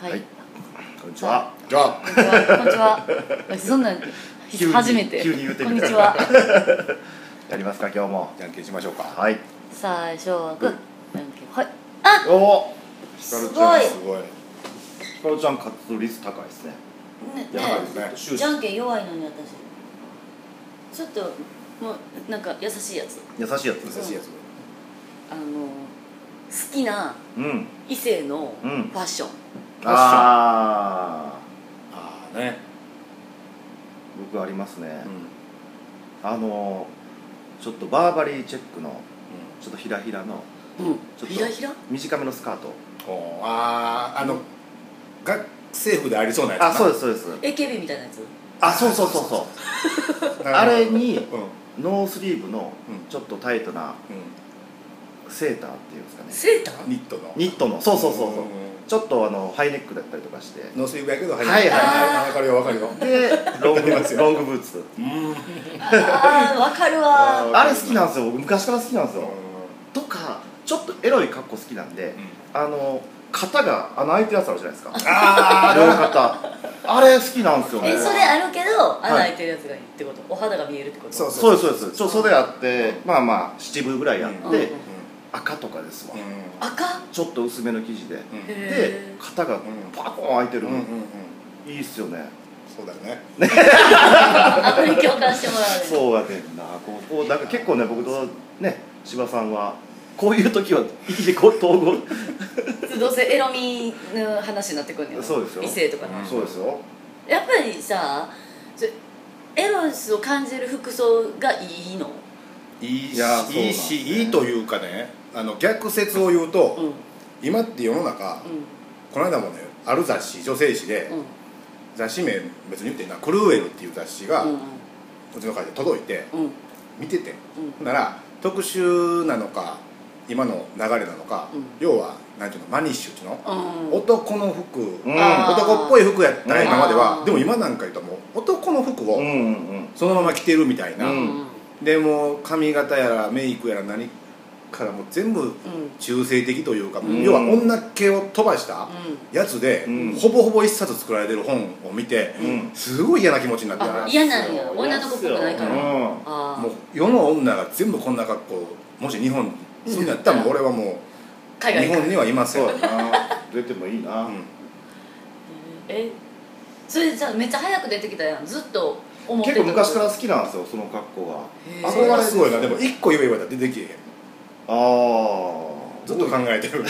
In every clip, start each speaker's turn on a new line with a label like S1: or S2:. S1: はい、
S2: はい
S3: こんにちは。
S2: じゃあ
S1: こんにちはこんにちは私そんなん
S3: 急に
S1: 初めて
S3: 急に言うて
S1: こ
S3: み
S1: ん
S3: た
S1: にちは
S3: やりますか今日も。
S2: じゃんけんしましょうか
S3: はい。
S1: 最初はグーじゃんけんはい
S3: おお。
S2: ひかるちゃんす
S1: す
S2: ごい
S3: ヒカルちゃん活動率高いですね。
S1: ね
S2: やばいですね
S1: ねじゃんけん弱いのに私ちょっともうなんか優しいやつ
S3: 優しいやつ。
S2: 優しいやつ
S1: あの好きな
S3: うん。
S1: 異性のフ
S3: うん
S1: ァッション、
S2: ファッション
S3: ああ。
S2: ああね
S3: 僕ありますね
S2: う。ん
S3: あのーちょっとバーバリーチェックのちょっとひらひらの
S1: うん
S3: ちょっと
S1: ひらひら
S3: 短めのスカート。
S2: おーあああの学生服でありそうなやつ
S3: あそう
S2: う
S3: ですそうです。
S1: AKB みたいなやつ
S3: あそうそうそうそう。あれに
S2: うんうん
S3: ノースリーブの
S2: うん
S3: ちょっとタイトなセーターっていうんですかね。
S1: セーター
S2: ニットの
S3: ニットのそうそうそうそう。
S2: う
S3: ちょっとあのハイネックだったりとかして。
S2: んノースリーブやけどはい
S3: はいはい
S2: あーわかるよわかるよ
S3: でロング
S2: わかりますよ
S3: ロングブーツ
S2: うん
S1: あーわかるわ
S2: わ
S3: あ
S2: か
S3: れ好
S2: ります
S3: きなんですよ僕昔から好きなんですよ、とかちょっとエロい格好好きなんで、あの肩が穴開いてるやつあるじゃないですか
S2: あ
S3: 両肩あれ好きなんですよね
S1: えそれあるけど穴
S3: はい
S1: 開いてるやつがいいってことお肌が見えるってこと
S2: そう
S3: そうですそうですちょ袖あって
S2: う
S3: まあまあ七分ぐらいあって、
S1: うんうんうん
S3: 赤とかですわ、
S2: うん
S1: 赤
S3: ちょっと薄めの生地で、
S2: う
S1: へ
S2: ん
S3: で
S1: え
S3: 肩がパコン開いてる
S2: う
S3: の、
S2: んうんうん
S3: いいっすよね
S2: そうだよね
S1: あこれ共感してもらうね
S3: そうやねんなこうこうなんか結構ね僕とね柴さんはこういう時は一時こう統合
S1: どうせエロみの話になってくるんよ
S3: そうですよ
S1: 異性とかの、
S2: うん
S3: そうですよ
S1: やっぱりさそエロスを感じる服装がいいの
S2: いい
S3: い
S2: し
S3: やそうなん
S2: いい
S3: ですね
S2: しいいというかねあの逆説を言うと、
S1: うんうん
S2: 今って世の中、この間もねある雑誌女性誌で、
S1: うん
S2: 雑誌名別に言っていいなクルーエルっていう雑誌が、
S1: う
S2: うんちの会社届いて
S1: うん
S2: 見てて
S1: うん
S2: ほんなら特集なのか今の流れなのか、
S1: うん
S2: 要はなんていうのマニッシュっていうの、
S1: うん
S2: 男の服、
S3: うん
S1: あー
S2: 男っぽい服やったら
S3: うん
S2: 今までは、
S1: あー
S2: でも今なんか言うともう男の服
S3: う
S2: を
S3: んうん
S2: そのまま着てるみたいな、
S3: うん
S2: でもう髪型やらメイクやら何からもう全部
S1: うん
S2: 中性的というか、
S3: ん
S2: 要は女系を飛ばした
S1: うん
S2: やつで、
S3: うん
S2: ほぼほぼ一冊作られてる本を見て、
S3: うん
S2: すごい嫌な気持ちになった
S1: あ
S2: ら
S1: 嫌なんや女の子っぽくないから、あ
S3: うん
S1: あ
S2: もう世の女が全部こんな格好もし日本にするんやったらもう俺はもう
S1: 海
S2: 日
S1: 外か
S2: 本にはいません
S3: そうやな出てもいいな、
S2: うん
S1: えそれじゃあめっちゃ早く出てきたやんずっと思って
S3: 結
S1: た
S3: 構昔から好きなんですよその格好が
S1: へー
S2: あそれはすごいなでも一個言えば言われたら出てきえへん
S3: ああ
S2: ずっと考えてる
S3: モ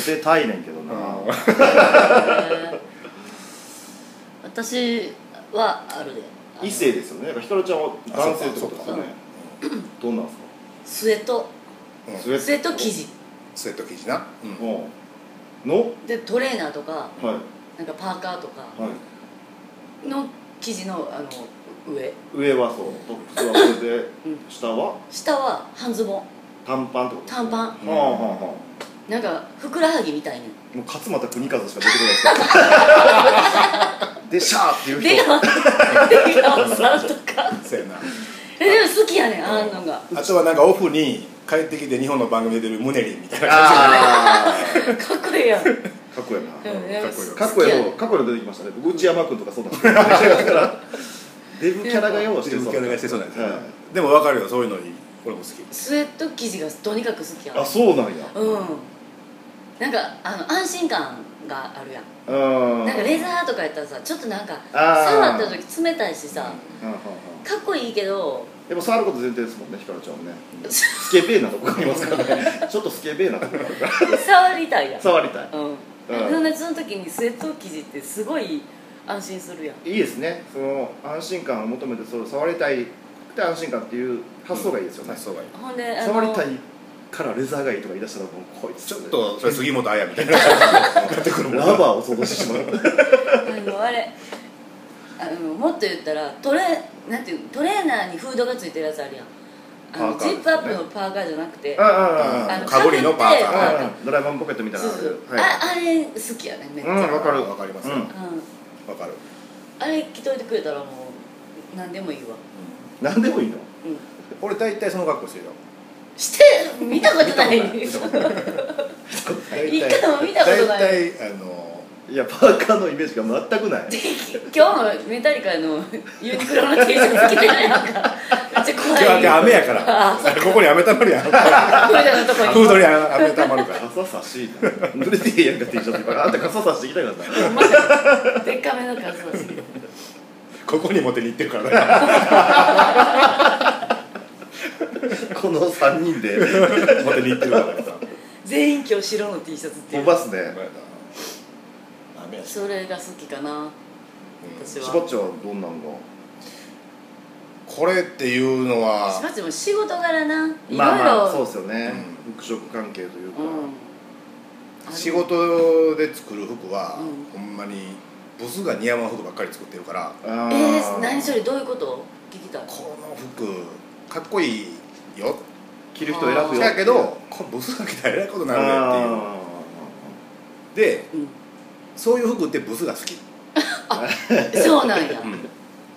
S3: テたいねんけどな、
S1: へー 私はあるであの
S3: 異性ですよねだからひかるちゃんは男性ってことですよねどんなんですか
S1: スウェット
S2: うん
S3: スウェ
S1: スウェット生地
S2: スウェット生地な、うん
S3: うんのはい
S1: でトレーナーとか
S3: は
S1: なんかパーカーとか
S3: い
S1: の生地のあの上
S3: 上はそうトップスはこれで
S1: うん
S3: 下は
S1: 下は半ズボン
S3: 短パンってこと
S1: 短パン
S3: はあはあは
S1: なんかふくらはぎみたいな
S3: あもう勝俣国和しか出てこないですからでシャーっていう人
S1: 出川出川さんとか
S2: そうやな
S1: えでも好きやねんあんのが
S2: あとはなんかオフに帰ってきて日本の番組で出るムネリンみたいな
S3: あ
S1: かっこいいやんうん
S3: あかっこいいな
S2: かっこいい
S3: かっこ
S1: 好
S3: い
S1: き
S3: い
S1: やね
S3: 方
S1: ん
S3: かっこいいの出てきましたね僕内山君とかそうなんですけどだから デブキャラがようして
S2: 自
S3: る
S2: 分キャラがしてそうなやつ、
S3: は
S2: でも分かるよそういうのに俺も好き
S1: スウェット生地がとにかく好きや
S3: い
S1: ねん
S3: あそうなんや
S1: うんなんかあの安心感があるやん
S3: うん
S1: なんかレザーとかやったらさちょっとなんか
S3: あー
S1: 触った時冷たいしさ
S3: うんうんうん
S1: かっこいいけど
S3: でも触ること前提ですもんねひかるちゃんはねスケベーなとこありますからね ちょっとスケベーなとこあるから
S1: 触りたいやん
S3: 触りたい
S1: うんそんなその時にスウェット生地ってすごい安心するやん
S3: いいですねその安心感を求めてそれ触りたいって安心感っていう発想がいいですよね
S2: 発想がいい
S1: ほんであの
S3: 触りたいからレザーがいいとか言い出したらもうこいつ
S2: ちょっとそれ杉本彩みたいななってくるもん
S3: ラバーを想像してしまう
S1: あのあれあのもっと言ったらトレなんていうのトレーナーにフードがついてるやつあるやんあの
S3: パーカー
S1: ジップアップのパーカーじゃなくて
S3: あ ああ
S1: あの
S2: かぶりのパーカー
S1: かぶって
S3: うんドラえもんポケットみたいな
S1: そう
S3: のあ
S1: そ
S3: る
S1: うああれ好きやねめっちゃ、
S3: うんわかる
S2: わかります
S3: う
S2: よ
S3: ん
S2: わ、
S1: うん
S2: かる、
S1: あれ着といてくれたらもう何でもいいわ、
S3: 何でもいいの
S1: うん、
S2: 俺大体その格好してるよ
S1: して見たことない
S2: 見たことない
S1: 一回も見たことない
S2: 大体あの
S3: いやパーカーのイメージが全くない
S1: 今日もメタリカのユニクロの T シャツ着てないなんかめっちゃ怖
S2: 今
S1: い
S2: 日は雨やか
S1: あ
S2: らここに雨たまるやんフ
S1: フードのとこ
S2: ードに雨たまるから
S3: 傘差し濡れてへんやんか T シャツあんた傘差してきたから
S1: にほんまやでっかめの数だし
S2: ここに持ってに行ってるからね
S3: この3人で
S2: 持ってに行ってるからさ
S1: 全員今日白の T シャツってい
S3: 飛
S1: う
S3: ばすね
S2: 雨やし
S1: それが好きかな
S2: うん
S1: 私
S3: し
S1: は
S3: ばっちゃんはどんなんが
S2: これっていうの
S1: しば
S2: は
S1: っちも仕事柄ない
S3: まあまあ
S1: ろ
S3: そ
S1: い
S3: う
S1: ろ
S3: ですよね
S2: う
S3: 服飾関係というか
S1: うん
S2: 仕事で作る服は
S1: うん
S2: ほんまにブスが似合わん服ばっかり作ってるから
S3: あ
S1: ある
S3: ー
S1: えー、何それどういうこと聞きたい
S2: この服かっこいいよ
S3: 着る人選ぶ
S1: そう
S3: よ
S2: だけどこれブスが着たらえらいことになるねっ
S3: あ
S2: ていうで
S1: うん
S2: そういう服ってブスが好き、
S1: そうなんや、へ
S2: うん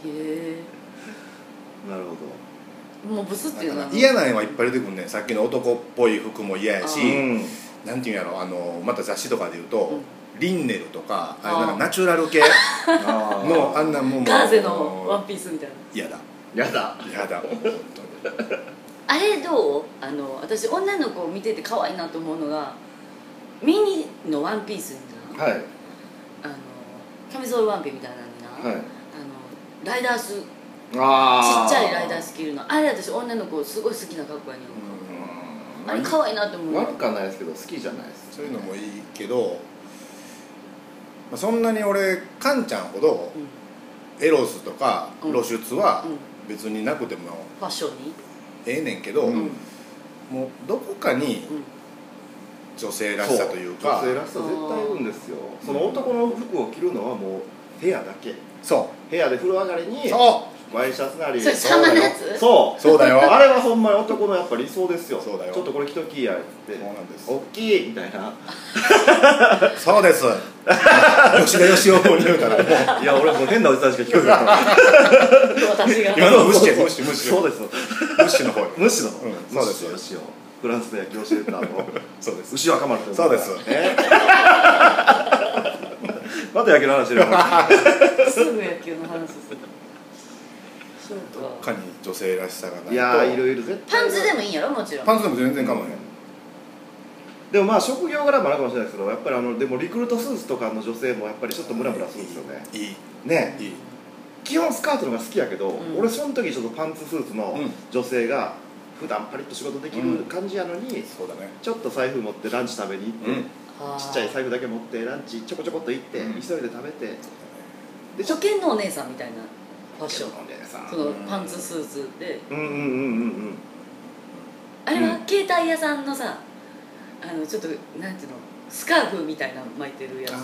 S1: え
S3: ーなるほど
S1: もうブスっていうの
S2: だ
S1: は
S2: から嫌なんはやっぱい出てくんねんさっきの男っぽい服も嫌やし、
S1: う
S3: うん
S2: なんていうんやろあのまた雑誌とかで言うと、
S1: う
S2: リンネルとかあれ
S1: あー
S2: なんかナチュラル系
S3: あー
S2: のあんなもんも
S1: ガーゼのワンピースみたいな
S2: 嫌だ
S3: やだ
S2: 嫌だ本当に
S1: あれどうあの私女の子を見てて可愛いなと思うのがミニのワンピースにな、
S3: はい
S1: あのキャミソールワンピみたいなのにな、
S3: は
S1: あ
S3: い
S1: のライダースちっ
S3: あー
S1: ちゃいライダース着るのあれ私女の子すごい好きな格好やねん、あれ可愛いなと思う
S3: 悪くはないですけど好きじゃないです
S2: そういうのもいいけど、まあ、そんなに俺カンちゃんほど
S1: うん
S2: エロスとか
S1: うん
S2: 露出は
S1: うん
S2: 別になくても
S1: ファッションに
S2: ええねんけど、
S3: うん
S2: もうどこかに
S1: うん
S2: 女性らしさというか
S3: そう女性らしさ絶対いるんですよその男の服を着るのはもう部屋だけ
S2: そ
S3: 部屋で風呂上がりに
S2: うそ
S3: ワイシャツなり
S1: それサマーのやつ
S3: そう
S2: うそうだよ
S3: あれはほんまに男のやっぱ理想ですよ
S2: そうだよ
S3: ちょっとこれ着ときやって
S2: そうなんです
S3: おっきいみたいな
S2: そうです吉田義雄に言うたらもう
S3: いや俺もう変なおじさんしか聞こえなか った
S1: 私が
S2: 今の無視や無視無視
S3: そうですよ
S2: ムッシュの方よ
S3: 無視の
S2: うんそうです
S3: 無視よフランスで野球をしてたの
S2: そうです
S3: 牛若丸って
S2: そうです
S3: え また野球の話してる
S1: すぐ野球の話するそう
S2: どっ
S1: か
S2: かに女性らしさ がないと
S3: いやーいろいろ絶対
S1: パンツでもいいんやろもちろん
S2: パンツでも全然構わへん、
S3: でもまあ職業柄もあるかもしれないですけどやっぱりあのでもリクルートスーツとかの女性もやっぱりちょっとムラムラするんですよね
S2: いい
S3: ね
S2: いい
S3: 基本スカートのが好きやけど、
S1: うん
S3: 俺その時ちょっとパンツスーツの
S2: うん
S3: 女性が普段パリッと仕事できる感じやのに、
S2: そうだね
S3: ちょっと財布持ってランチ食べに行って、
S2: うん
S1: あー
S3: ちっちゃい財布だけ持ってランチちょこちょこっと行って、
S2: うん
S3: 急いで食べてでちょ
S1: 初
S3: っと
S1: 見のお姉さんみたいなファッション
S3: お姉さん
S1: そのパンツスーツで
S3: うんうんうんうんうん
S1: あれは携帯屋さんのさあのちょっとなんていうのスカーフみたいなの巻いてるやつ
S2: あー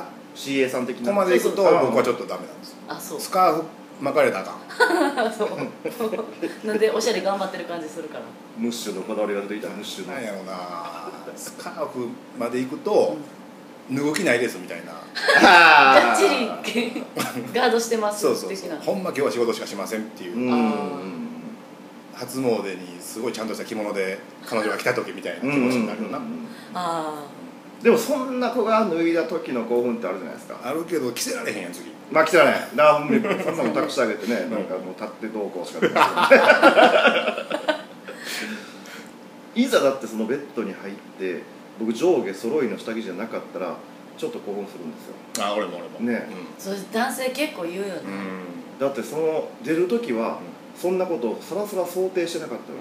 S2: あ
S3: CA さん的
S2: こ
S3: な
S2: こまでいくと
S3: そうそう
S2: 僕はちょっとダメなんです
S1: あそう
S2: スカーフ巻かれたらあかん
S1: あそうなんでおしゃれ頑張ってる感じするから
S3: ムッシュのこだわりが出てきたムッシュの
S2: なんやろうなスカーフまでいくと脱ぐ気ないですみたいな
S1: が
S3: が
S1: っちり ガードしてます
S2: そうそう
S1: 的
S2: そう
S1: な
S2: ほんま今日は仕事しかしませんっていう、
S3: うん
S2: 初詣にすごいちゃんとした着物で彼女が来た時みたいな気持ちになるよな、
S3: うんうんうんうん
S1: あ
S3: でもそんな子が脱いだ時の興奮ってあるじゃないですか
S2: あるけど着せられへんやん次
S3: まあ来たらねラーメンにそんなの託してあげてねなんかもう立ってどうこうしかできないいざだってそのベッドに入って僕上下揃いの下着じゃなかったらちょっと興奮するんですよ
S2: あ俺も俺も
S3: ね
S1: あそれ男性結構言うよね
S2: うん、うん
S3: だってその出る時はそんなことをさらさら想定してなかったの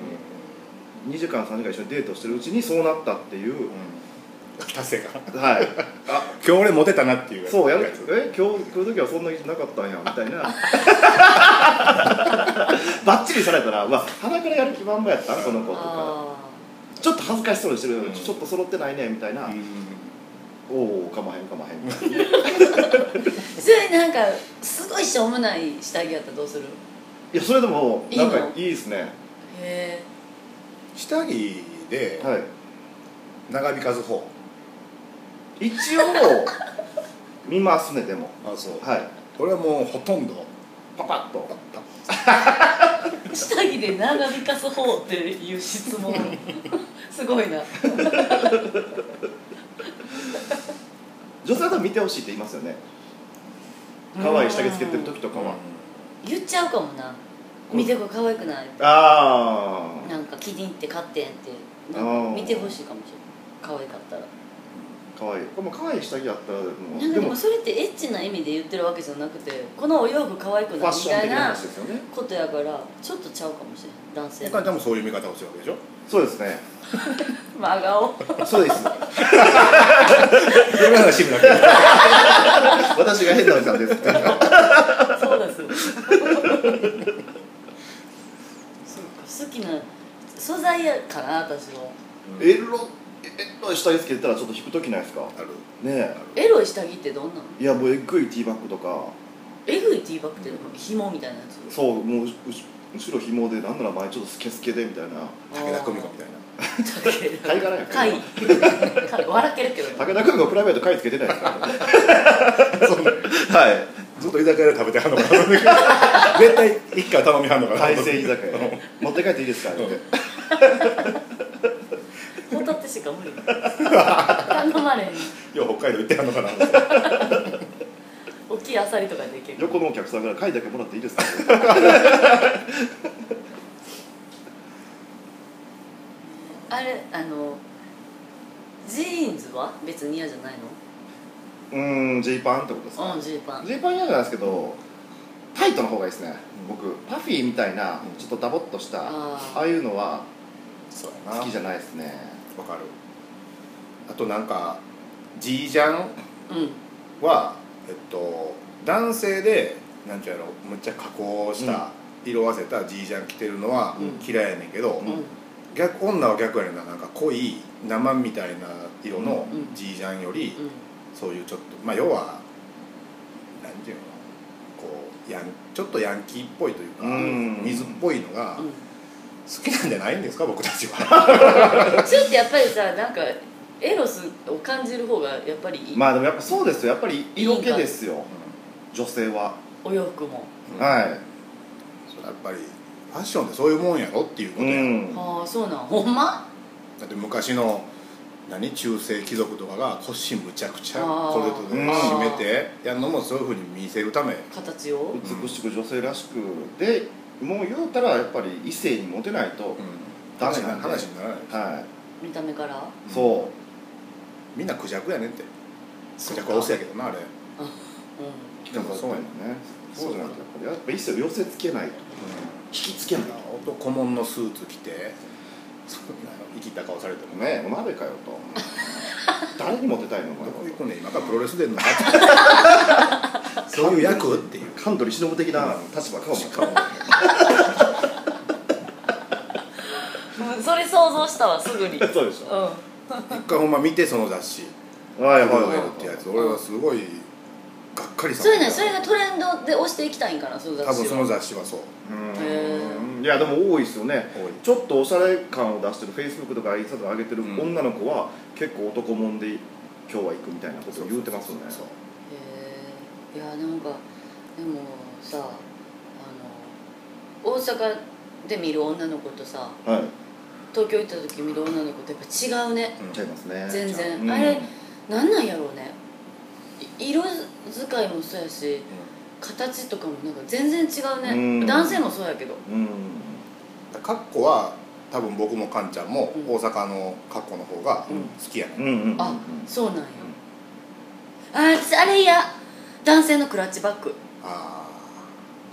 S3: に2時間3時間一緒にデートしてるうちにそうなったっていう
S2: うん達成感
S3: はいあ
S2: 今日俺モテたなっていう
S3: そうやる
S2: やつ
S3: え今日来る時はそんな意識なかったんやみた いなバッチリされたらうわ鼻からやる気満々やったんこの子とか
S1: あ
S3: ちょっと恥ずかしそうにしてる、
S2: うん
S3: ちょっと揃ってないねみたいな、
S2: う
S3: おおかまへんかまへんみたいな
S1: あそれなんかすごいしょうもない下着やったらどうする
S3: いやそれでも
S1: いい
S3: な
S1: の
S3: んかいいですね
S1: へえ
S2: ん下着で
S3: は
S2: 長引かず方
S3: い一応見ますねでも
S2: あそう
S3: はい
S2: 俺はもうほとんど
S3: パパッと
S2: パッパッ
S1: 下着で長引かす方っていう質問 すごいな
S3: 女性は見てほしいって言いますよね可愛い下着つけてる時とかは
S1: 言っちゃうかもな見てこれ可愛くない
S3: ああ
S1: なんか気に入って買ってんってなん
S3: あ
S1: か
S3: ー
S1: 見てほしいかもしれない可愛かったら
S3: 可愛いこれも可愛い下着やったらもう
S1: なんかでもそれってエッチな意味で言ってるわけじゃなくてこのお洋服可愛く
S3: フ
S1: な
S3: ァッ
S1: いみ
S3: ション
S1: たい
S3: 的な
S1: な
S3: 話ですよね
S1: ことやからちょっとちゃうかもしれない男性
S2: お
S1: も
S2: 母ちゃんもそういう見方をしてるわけでしょ
S3: そうですね
S1: 真顔
S3: そう です
S2: そういう話してるだけ
S3: 私が変なおじさんですっ て
S1: そうですそうか好きな素材やから私は
S3: エロエロい下着つけてたらちょっと引く時ないですかね
S2: ある
S3: え
S1: エロい下着ってどんなの
S3: いやもうえっぐいティーバッグとか
S1: えぐいティーバッグって紐みたいなやつ
S3: そうもううし後ろ紐でなんなら前ちょっとスケスケでみたいな
S2: 武田久美子みたいな
S3: 貝殻やから
S1: 貝貝笑けるけど
S3: 武田君がプライベート貝つけてないで すから、はい
S2: ずっと居酒屋で食べてはんのかな絶対一回頼みはんのかな
S3: 海鮮居酒屋持って帰っていいですかって、
S1: ホタテしか無 理頼まれん
S2: よう北海道行ってはんのかな
S1: 大きいアサリとかでいける
S3: 横のお客さんから貝だけもらっていいですかって
S1: あれあのジーンズは別に嫌じゃないう
S3: ーんジーパンってことです
S1: のう
S3: か
S1: んジーパン
S3: ジーパン嫌じゃないですけどタイトの方がいいですね僕パフィーみたいな
S2: うん
S3: ちょっとダボっとした
S1: あー
S3: ああいうのは
S1: そうや
S3: 好きじゃないですね
S2: わかるあとなんかジージャン
S1: なうん
S2: はえっと男性でなんちゅうやろむっちゃ加工した、色あせたジージャン着てるのは
S1: うん
S2: 嫌いやねんけ
S1: う
S2: ど、
S1: ん
S2: 逆女は逆やねんななんか濃い生みたいな色の
S1: うん
S2: ジージャンより、
S1: うん
S2: そういうちょっとまあ要はなんていうのこうヤンちょっとヤンキーっぽいというか、
S3: うん
S2: 水っぽいのが
S1: うん
S2: 好きなんじゃないんですか僕たちは
S1: それってやっぱりさなんかエロスを感じる方がやっぱりいい、
S3: まあでもやっぱそうですよやっぱり色気ですよ
S2: う
S3: 女性は、
S1: お洋服も、
S2: ん
S3: は
S2: それやっぱりファッションってそういうもんやろっていうこ
S3: い、う
S2: とや、
S3: ん、
S1: ああそうなんほんま
S2: だって昔の何中世貴族とかが腰むちゃくちゃ
S1: あー
S2: これと
S3: うん
S2: 締めてやるのもそういうふうに見せるため
S1: 形を
S3: 美しく女性らしくでもう言うたらやっぱり異性にモテないと、ダメ
S2: 話
S3: なんで
S2: 話にならない
S3: はい、
S1: 見た目から
S3: そ
S2: みんなクジャクやねんってク
S1: そ
S2: ジ
S1: うか
S2: ャクはオスやけどなあれ、
S1: う
S3: う
S2: でもそうやね
S3: ねそうじゃなくてやっぱりやっぱ異性を寄せつけないと
S2: う
S3: 引きつけない
S2: ん、男物のスーツ着てそんな生きた顔されても
S3: とねお鍋かよと誰にモテたいのお前
S2: どこ行
S3: は
S2: くねん今からプロレス出んのかって そういう役っていう
S3: カントリー忍的な立場かもしれない
S1: ん、それ想像したわすぐに
S3: そうでし
S1: うん
S2: 一回ほんま見てその雑誌
S3: はい
S2: 「
S3: は
S2: や
S3: い
S2: ばい
S3: はい
S2: ってやつ俺はすごいがっかりさ
S1: そういうねそれがトレンドで押していきたいんかなその雑誌
S2: 多
S1: は
S2: 分その雑誌はそう
S3: うんいやでも多いですよね
S2: 多い
S3: ちょっとおしゃれ感を出してるフェイスブックとかインスタとか上げてる
S2: うん
S3: 女の子は結構男もんで今日は行くみたいなことを言うてますよね
S2: そう
S1: へえいやなんかでもさあの大阪で見る女の子とさ
S3: はい
S1: 東京行った時見る女の子とやっぱ違うね
S2: うん
S3: ちゃいますね
S1: 全然、
S3: うん
S1: あれなんなんやろうねい色使いもそうやし形とかもなんか全然違うね、
S3: うん
S1: 男性もそうやけど
S3: うん
S2: うんカッコは多分僕もカンちゃんも
S1: うん
S2: 大阪のカッコの方が
S1: うん
S2: 好きやね、
S3: うんうんうん
S1: あそうなんやあー私あれ嫌男性のクラッチバッグ
S2: あ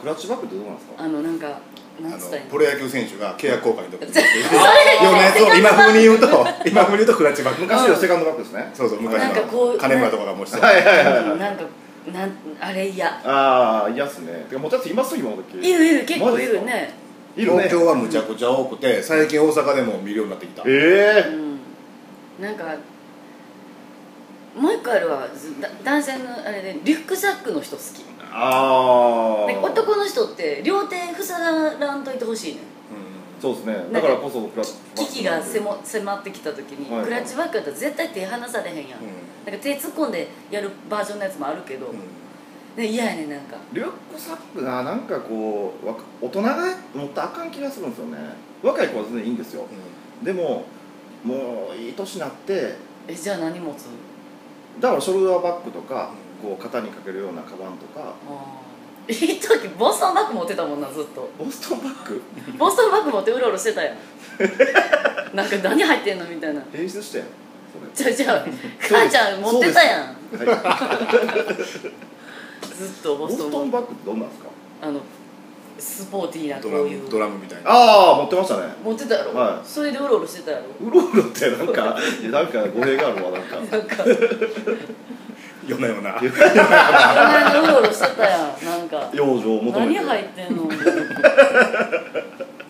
S3: クラッチバックってどうなんですか
S1: あのなんか
S2: ー
S1: なん
S2: あ
S1: つったらいい
S2: の
S1: の
S2: プロ野球選手が契約更改の時 に着てる
S1: れ
S2: ようなやつを今風に言うと 今風に言うとクラッチバック
S3: 昔のセカンドバックですね
S2: そうそう昔
S1: なんかこ
S2: の
S1: う
S2: 金村とかがもうしてた
S3: はいはいはい
S1: うんなんかなんあれ嫌
S3: ああいやっすねてかもうちょっといます今の時
S1: いるいる結構い
S3: マ
S1: る
S3: ジっすか
S1: ね
S3: いるね
S2: 東京はむちゃくちゃ多くて最近大阪でも見るようになってきた
S1: う
S3: え
S1: んなんかもう一個あるわずだ男性のあれでリュックサックの人好き
S3: えああ
S1: なんか男の人って両手塞がらんといてほしいね
S2: うん
S3: そうですねだからこそクラッチバ
S1: 危
S3: ック
S1: 機が迫迫ってきた時に、
S3: はいはい
S1: クラッチバックだったら絶対手離されへんやん、
S2: うん
S1: なんか手突っ込んでやるバージョンのやつもあるけど、
S2: うん
S1: で嫌やねなんか
S3: リュックサックがなんかこうわか大人が持ったらあかん気がするんですよね若い子は全然いいんですよでももういい年になって
S1: えじゃあ何持つ
S3: だからショルダーバッグとかこう肩にかけるようなカバンとか
S1: ああ一時ボストンバッグ持ってたもんなずっと
S3: ボストンバッグ
S1: ボストンバッグ持ってうろうろしてた よなんか何入ってんのみたいな
S3: 演出したやん
S1: じゃあじゃあ母ちゃん持ってたやん
S3: それ、はい
S1: ずっと
S3: ボ
S1: ボスト
S3: ス
S1: ンバッグ
S3: トンバッグってどんなんですか
S1: あのスポーティーなこ
S2: ド
S1: う
S2: ラ
S1: い
S2: ム
S1: う
S2: ドラムみたいな
S3: ああ持ってましたね
S1: 持ってたやろ、
S3: はい
S1: それでうろうろしてたやろ
S3: うろうろってなんかいやなんか語弊があるわなんか
S1: なんか
S2: 夜な夜な
S1: あの辺でうろうろしてたやんなんか
S3: 養生を求め
S1: 何
S3: て
S1: 入ってんの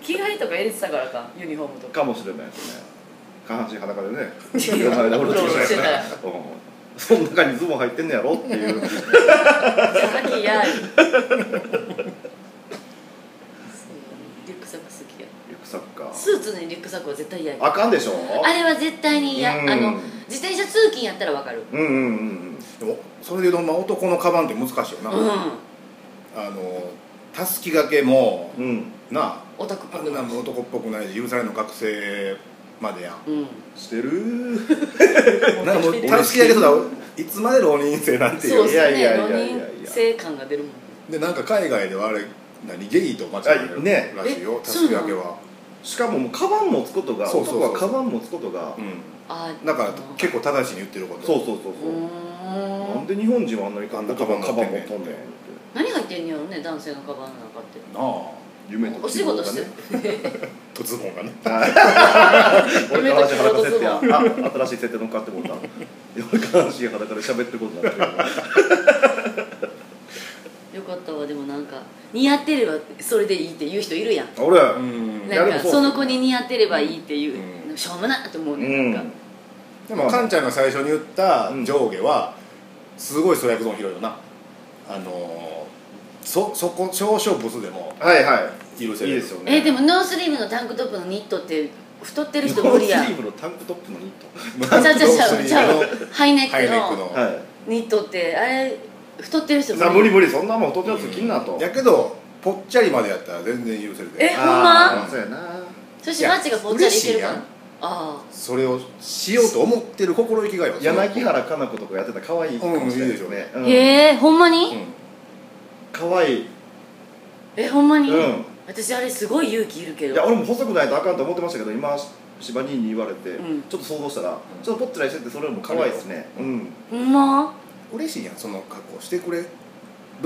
S1: 着替えとか入れてたからかユニフォーム とか
S3: かもしれないですね下半身裸でね
S1: うろうろしてたやん
S3: うんその中にズボン入ってんのやろっていう
S1: 先やいそうリュックサック好きや
S3: リュックサッカー
S1: スーツにリュックサックは絶対嫌や
S3: あかんでしょ
S1: あれは絶対に嫌
S3: うん
S1: あの自転車通勤やったらわかる
S3: うんうんうん
S2: でもそれでいうと、まあ、男のカバンって難しいよ
S1: う
S2: な、
S1: ん
S2: あのたすき掛けも、
S3: うんうん
S2: な
S1: オタクっぽ
S2: あ
S1: く
S2: ん
S1: な
S2: ないも男っぽくないし許されの学生までやん
S1: うん
S3: してるー
S2: なんかもうたすき掛けとだいつまで浪人生なんてい
S1: そう
S2: う
S1: です
S3: いやい
S1: ね
S3: やいや
S1: 浪
S3: いやいや
S1: 人性感が出るもん
S2: でなんか海外ではあれ何ゲイと間違え
S3: あ
S2: る
S3: ね
S2: らしいよ
S1: え
S2: たすき掛けは
S3: しかももうカバン持つことが
S2: そうそうそう
S3: 男はカバン持つことが
S2: うん
S1: あー
S2: だから結構正しいに言ってること
S3: そうそうそう
S1: う
S3: そう
S1: ー
S3: なん
S1: ん
S3: で日本人はあんなに男はカバン持っとんねんって
S1: 何入ってんのやろね男性のカバンの中って
S2: なあ
S3: 夢と
S1: お
S3: 希
S1: 仕
S3: 望
S1: 事
S3: が
S1: して
S3: ね
S1: る
S2: とズボンがね
S3: 俺下半身裸設定や
S1: 夢
S3: あ新しい設定乗っかってもうた俺下半身裸で喋ってることになってる
S1: よかったわでもなんか似合ってればそれでいいって言う人いるやん
S3: 俺
S2: うん
S3: いや
S1: なん
S3: でも
S1: か
S3: そう
S1: その子に似合ってればいいっていう、
S2: うん
S1: なんかしょうもないと思う
S3: う
S1: ね、
S3: ん
S1: なんか
S2: でもカンちゃんが最初に言った
S3: うん
S2: 上下はすごいストライクゾーン広いよなあのーそそこ少々ブスでも
S3: はいは
S2: 許
S3: い
S2: せ
S3: いい
S2: る
S3: ですよね
S1: えでもノースリーブのタンクトップのニットって太ってる人
S3: ノ
S1: 無
S3: ー
S1: 理や
S3: スリ
S1: ん
S3: ーブの タンクトップのニット
S2: ち
S1: ちゃうちゃうちゃうちゃうハイネッ
S2: ハイ
S1: ク
S2: ネック
S1: の
S2: の、
S3: は
S1: ニットってあれ太ってる人
S3: いさあ無理無
S1: 理
S3: 理そんなもん太ってるやつ着んなと
S2: やけどぽっちゃりまでやったら全然許せるで
S1: え
S3: あー
S2: ほんま
S3: そうやな
S1: そしてマッチがぽっちゃりいけるから
S2: いや嬉しいやん
S1: あ
S2: それをしようと思ってる心意気がよ
S3: 柳原加奈子とかやってたら可愛いかもしれないですね
S1: あ、
S3: うん
S1: へえほんまに、
S2: うん
S3: 可愛い
S1: えほんまに、
S3: うん
S1: 私あれすごい勇気いるけ
S3: い
S1: ど
S3: や俺も細くないとあかんと思ってましたけど今芝兄に言われて、
S1: うん
S3: ちょっと想像したらちょっとぽっちゃりしててそれも可愛いですねうん
S1: ほんま
S2: 嬉しいやんその格好してくれる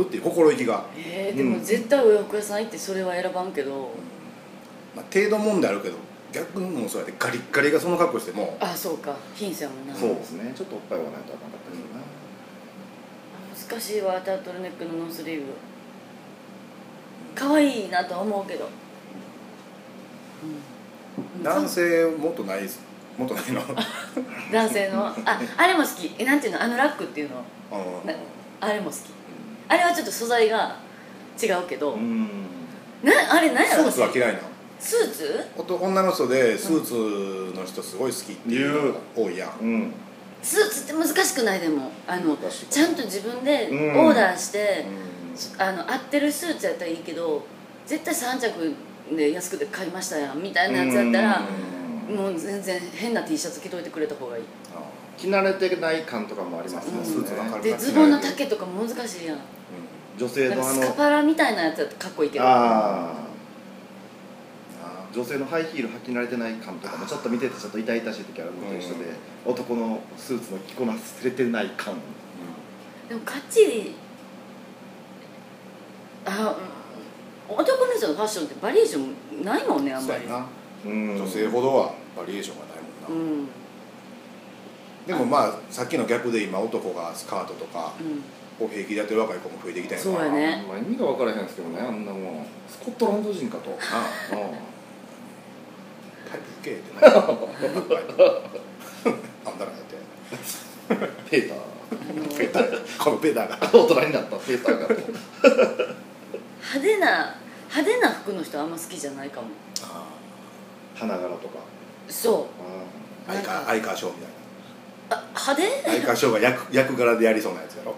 S2: っていう心意気が、
S1: え
S3: う
S1: ー、
S3: ん
S1: でも絶対お洋服屋さん行ってそれは選ばんけど
S2: まあ、程度問題あるけど逆にもうそうやってガリッガリがその格好しても
S1: あそうか貧相やもんな
S3: そうですねちょっとおっぱいはないとあかんかったですよな、
S1: 難しいわタートルネックのノースリーブ可愛いなとは思うけど、うん
S2: 男性もっとないですもっと ないの
S1: 男性のああれも好きえなんていうのあのラックっていうの
S2: うん
S1: なあれも好きあれはちょっと素材が違うけど、
S3: うん
S1: なあれ何や
S2: ス
S1: ろ
S2: ーツは嫌いな
S1: スーツ
S2: 男女の人でスーツの人すごい好きっていうのが多いやん、
S3: うん
S1: スーツって難しくないでもあの
S3: 難しい
S1: ちゃんと自分で
S3: うん
S1: オーダーして、
S2: うん
S1: あの合ってるスーツやったらいいけど絶対3着で安くて買いましたやんみたいなやつやったら
S3: うん
S1: もう全然変な T シャツ着といてくれた方がいい
S2: あ
S3: 着慣れてない感とかもありますね、
S1: うん
S3: スーツ
S2: スーツわか
S3: ね
S2: る
S1: でズボンの丈とかも難しいやん
S2: う
S3: 女
S1: な
S3: 性
S1: んか
S3: のあ
S1: スカ
S3: の
S1: パラみたいなやつだとかっこいいけど
S3: あ
S2: んなあ
S3: ー女性のハイヒール履き慣れてない感とかもちょっと見ててちょっと痛々しい時あるのと一緒で、男のスーツの着こなせれてない感
S1: でもかっちりあうん男の人のファッションってバリエーションないもんねあん
S2: そ
S1: ま
S2: う
S1: り
S2: やな
S3: うん
S2: 女性ほどはバリエーションがないもんな、
S1: うんうん
S2: でもまあさっきの逆で今男がスカートとかを平気でやってる若い子も増えてきたんやから
S1: そうやね
S3: まあ、意味が分からへんですけどねあんなもんスコットランド人かと
S2: なあ
S3: う
S2: パイプ系ってなあんだらやって
S3: んペータ
S1: あ
S3: ー
S1: の
S2: ペタこのペタが
S3: 大人になったペーターかと
S1: 派手な派手な服の人あんま好きじゃないかも
S3: 花柄とか
S1: そ
S3: あ
S2: 相川相川翔みたいな
S1: うあ派手
S2: 相川翔が役役柄でやりそうなやつやろ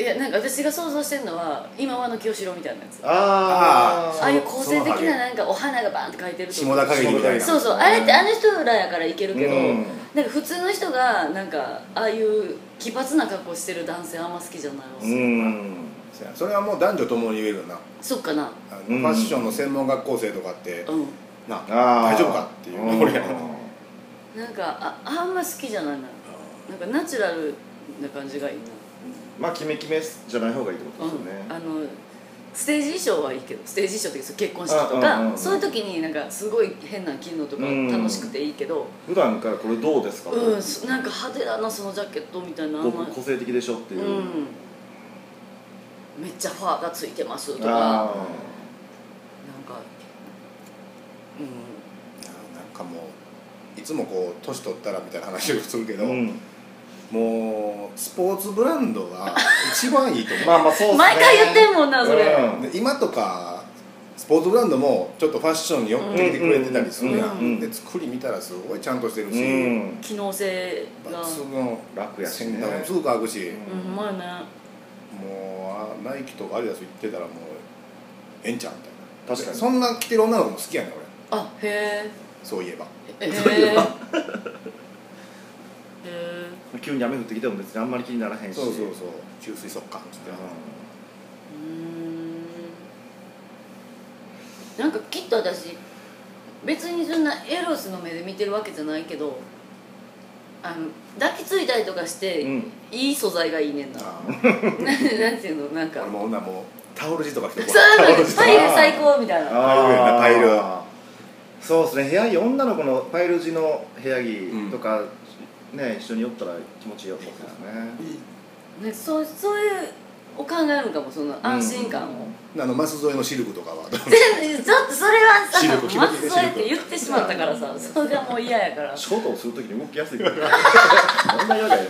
S1: いやなんか私が想像してるのは今和の清志郎みたいなやつあ
S3: あ
S2: ー
S3: ー
S1: あいう構成的
S2: その
S1: ななんかお花がバーンって描いてると
S2: 下田
S1: か
S2: 景樹みたいな
S1: そうそうあれってあの人らやからいけるけど、
S3: うん
S1: なんか普通の人がなんかああいう奇抜な格好してる男性あんま好きじゃないわ、
S3: うん
S2: そやそれはもう男女ともに言えるよな
S1: そっかな
S2: あの
S3: う
S2: フ
S3: ん
S2: ァッションの専門学校生とかって
S1: うん
S2: な
S3: あー
S2: 大丈夫かってい
S3: ん
S2: う俺や
S1: なんかああんま好きじゃないななんかナチュラルな感じがいい
S3: まあキメキメじゃない方がいいって
S1: な、
S3: ことですよね
S1: うん、あのステージ衣装はいいけどステージ衣装って結婚式と
S3: あうんうんう
S1: か
S3: ん
S1: そういう時になんかすごい変な着るのとか
S3: うん
S1: 楽しくていいけど
S3: 普段からこれどうですか
S1: うん、そなんか派手だなそのジャケットみたいなあんま
S3: 僕個性的でしょって
S1: う
S3: い
S1: ん
S3: う、
S1: めっちゃファーがついてますとかなんか
S3: あ
S1: うん
S2: なんかもういつもこう年取ったらみたいな話をするけ
S3: あ
S2: ど、
S3: うん
S2: もうスポーツブランドが一番いいと思う
S3: まあまあそうっすね
S1: 毎回言ってんもんなそれ
S3: うん
S2: で今とかスポーツブランドもちょっとファッションに寄ってきてくれてたりするやん、
S1: うんうん
S3: うん
S2: で作り見たらすごいちゃんとしてるし、
S3: うん
S1: 機能性が
S2: 抜群
S3: 楽やし
S2: 洗
S3: ね
S2: 濯もすぐ乾くし、
S1: うんうまいね
S2: もうあナイキとかアディダス行ってたらもうええんちゃうみたいな
S3: 確かに
S2: そんな着てる女の子も好きやねん俺
S1: あへ
S2: そういえば
S1: えへ
S3: うい
S1: え
S3: うの
S1: へえ
S3: 急に雨降ってきても別にあんまり気にならへんし
S2: そうそうそう吸水速乾っつって、
S1: うーんなんかきっと私別にそんなエロスの目で見てるわけじゃないけどあの抱きついたりとかして、
S3: うん
S1: いい素材がいいねんなな
S2: ああ
S1: なんていうのなんか
S2: 俺も女もうタオル地とか着てこ
S1: そう
S2: タオ
S1: なん
S2: ル
S1: か
S2: 地と
S1: パ
S2: か
S1: イル最高みたいな
S3: あー
S2: パイルやな
S3: そうですね部屋着女の子のパイル地の部屋着とか、ね一緒に寄ったら気持ちよさそうですね
S1: ねそうそういうを考えるんかもその安心感を、
S2: あのマス添えのシルクとかは
S1: 全然ちょっとそれは
S2: シル
S1: さ
S2: ク気持
S1: ま
S2: ちいい
S1: ず
S2: ね
S1: そうや
S2: シル
S1: っ
S2: ク
S1: て言ってしまったからさそれがもう嫌やから
S3: ショートをするときに動きやすい からそんな嫌だよ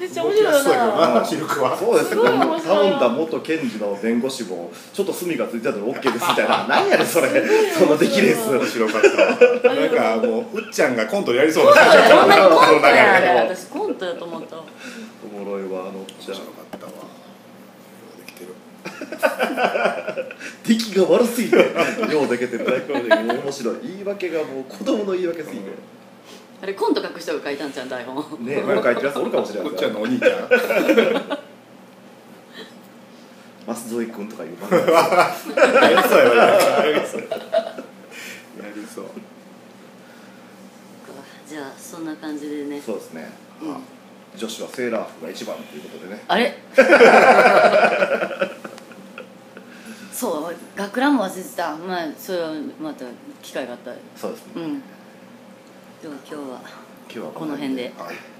S1: めっちゃ 面白いよ
S2: そうやけど
S1: な
S2: な
S3: うん
S2: シルクは
S3: そうです
S1: すごい面白い
S3: 頼んだ元検事の弁護士もちょっと隅がついてたので OK ですみた いな何やねんそれその出来レー
S1: 面
S2: 面
S3: ス
S2: 白かったわなんかもううっちゃんがコントやりそうな
S1: あれほんまにコントやあ れ
S3: そう
S1: 私コントやと思ったわ
S3: おもろいわあのじ
S2: 面
S3: ゃ
S2: 白かったわようできてる
S3: 出来が悪すぎてようだけて大根だけど面白い言い訳がもう子供の言い訳すぎて、
S1: あれコント書く人が書いたんじゃん台本
S3: ねえもう書いてるやつおるかもしれな
S2: う
S3: い
S2: っちゃんのお兄ちゃん
S3: マスゾイ君とかいう漫画
S2: やりそうやわ やりそうやりそう
S1: じゃあそんな感じでね
S3: そうですね
S1: うん
S3: 女子はセーラー服が一番ということでね
S1: あれ そう学ランも忘れてたまあそれはまた機会があったら
S3: そうですね
S1: うんでは今日は
S3: 今日は
S1: この辺で
S2: はい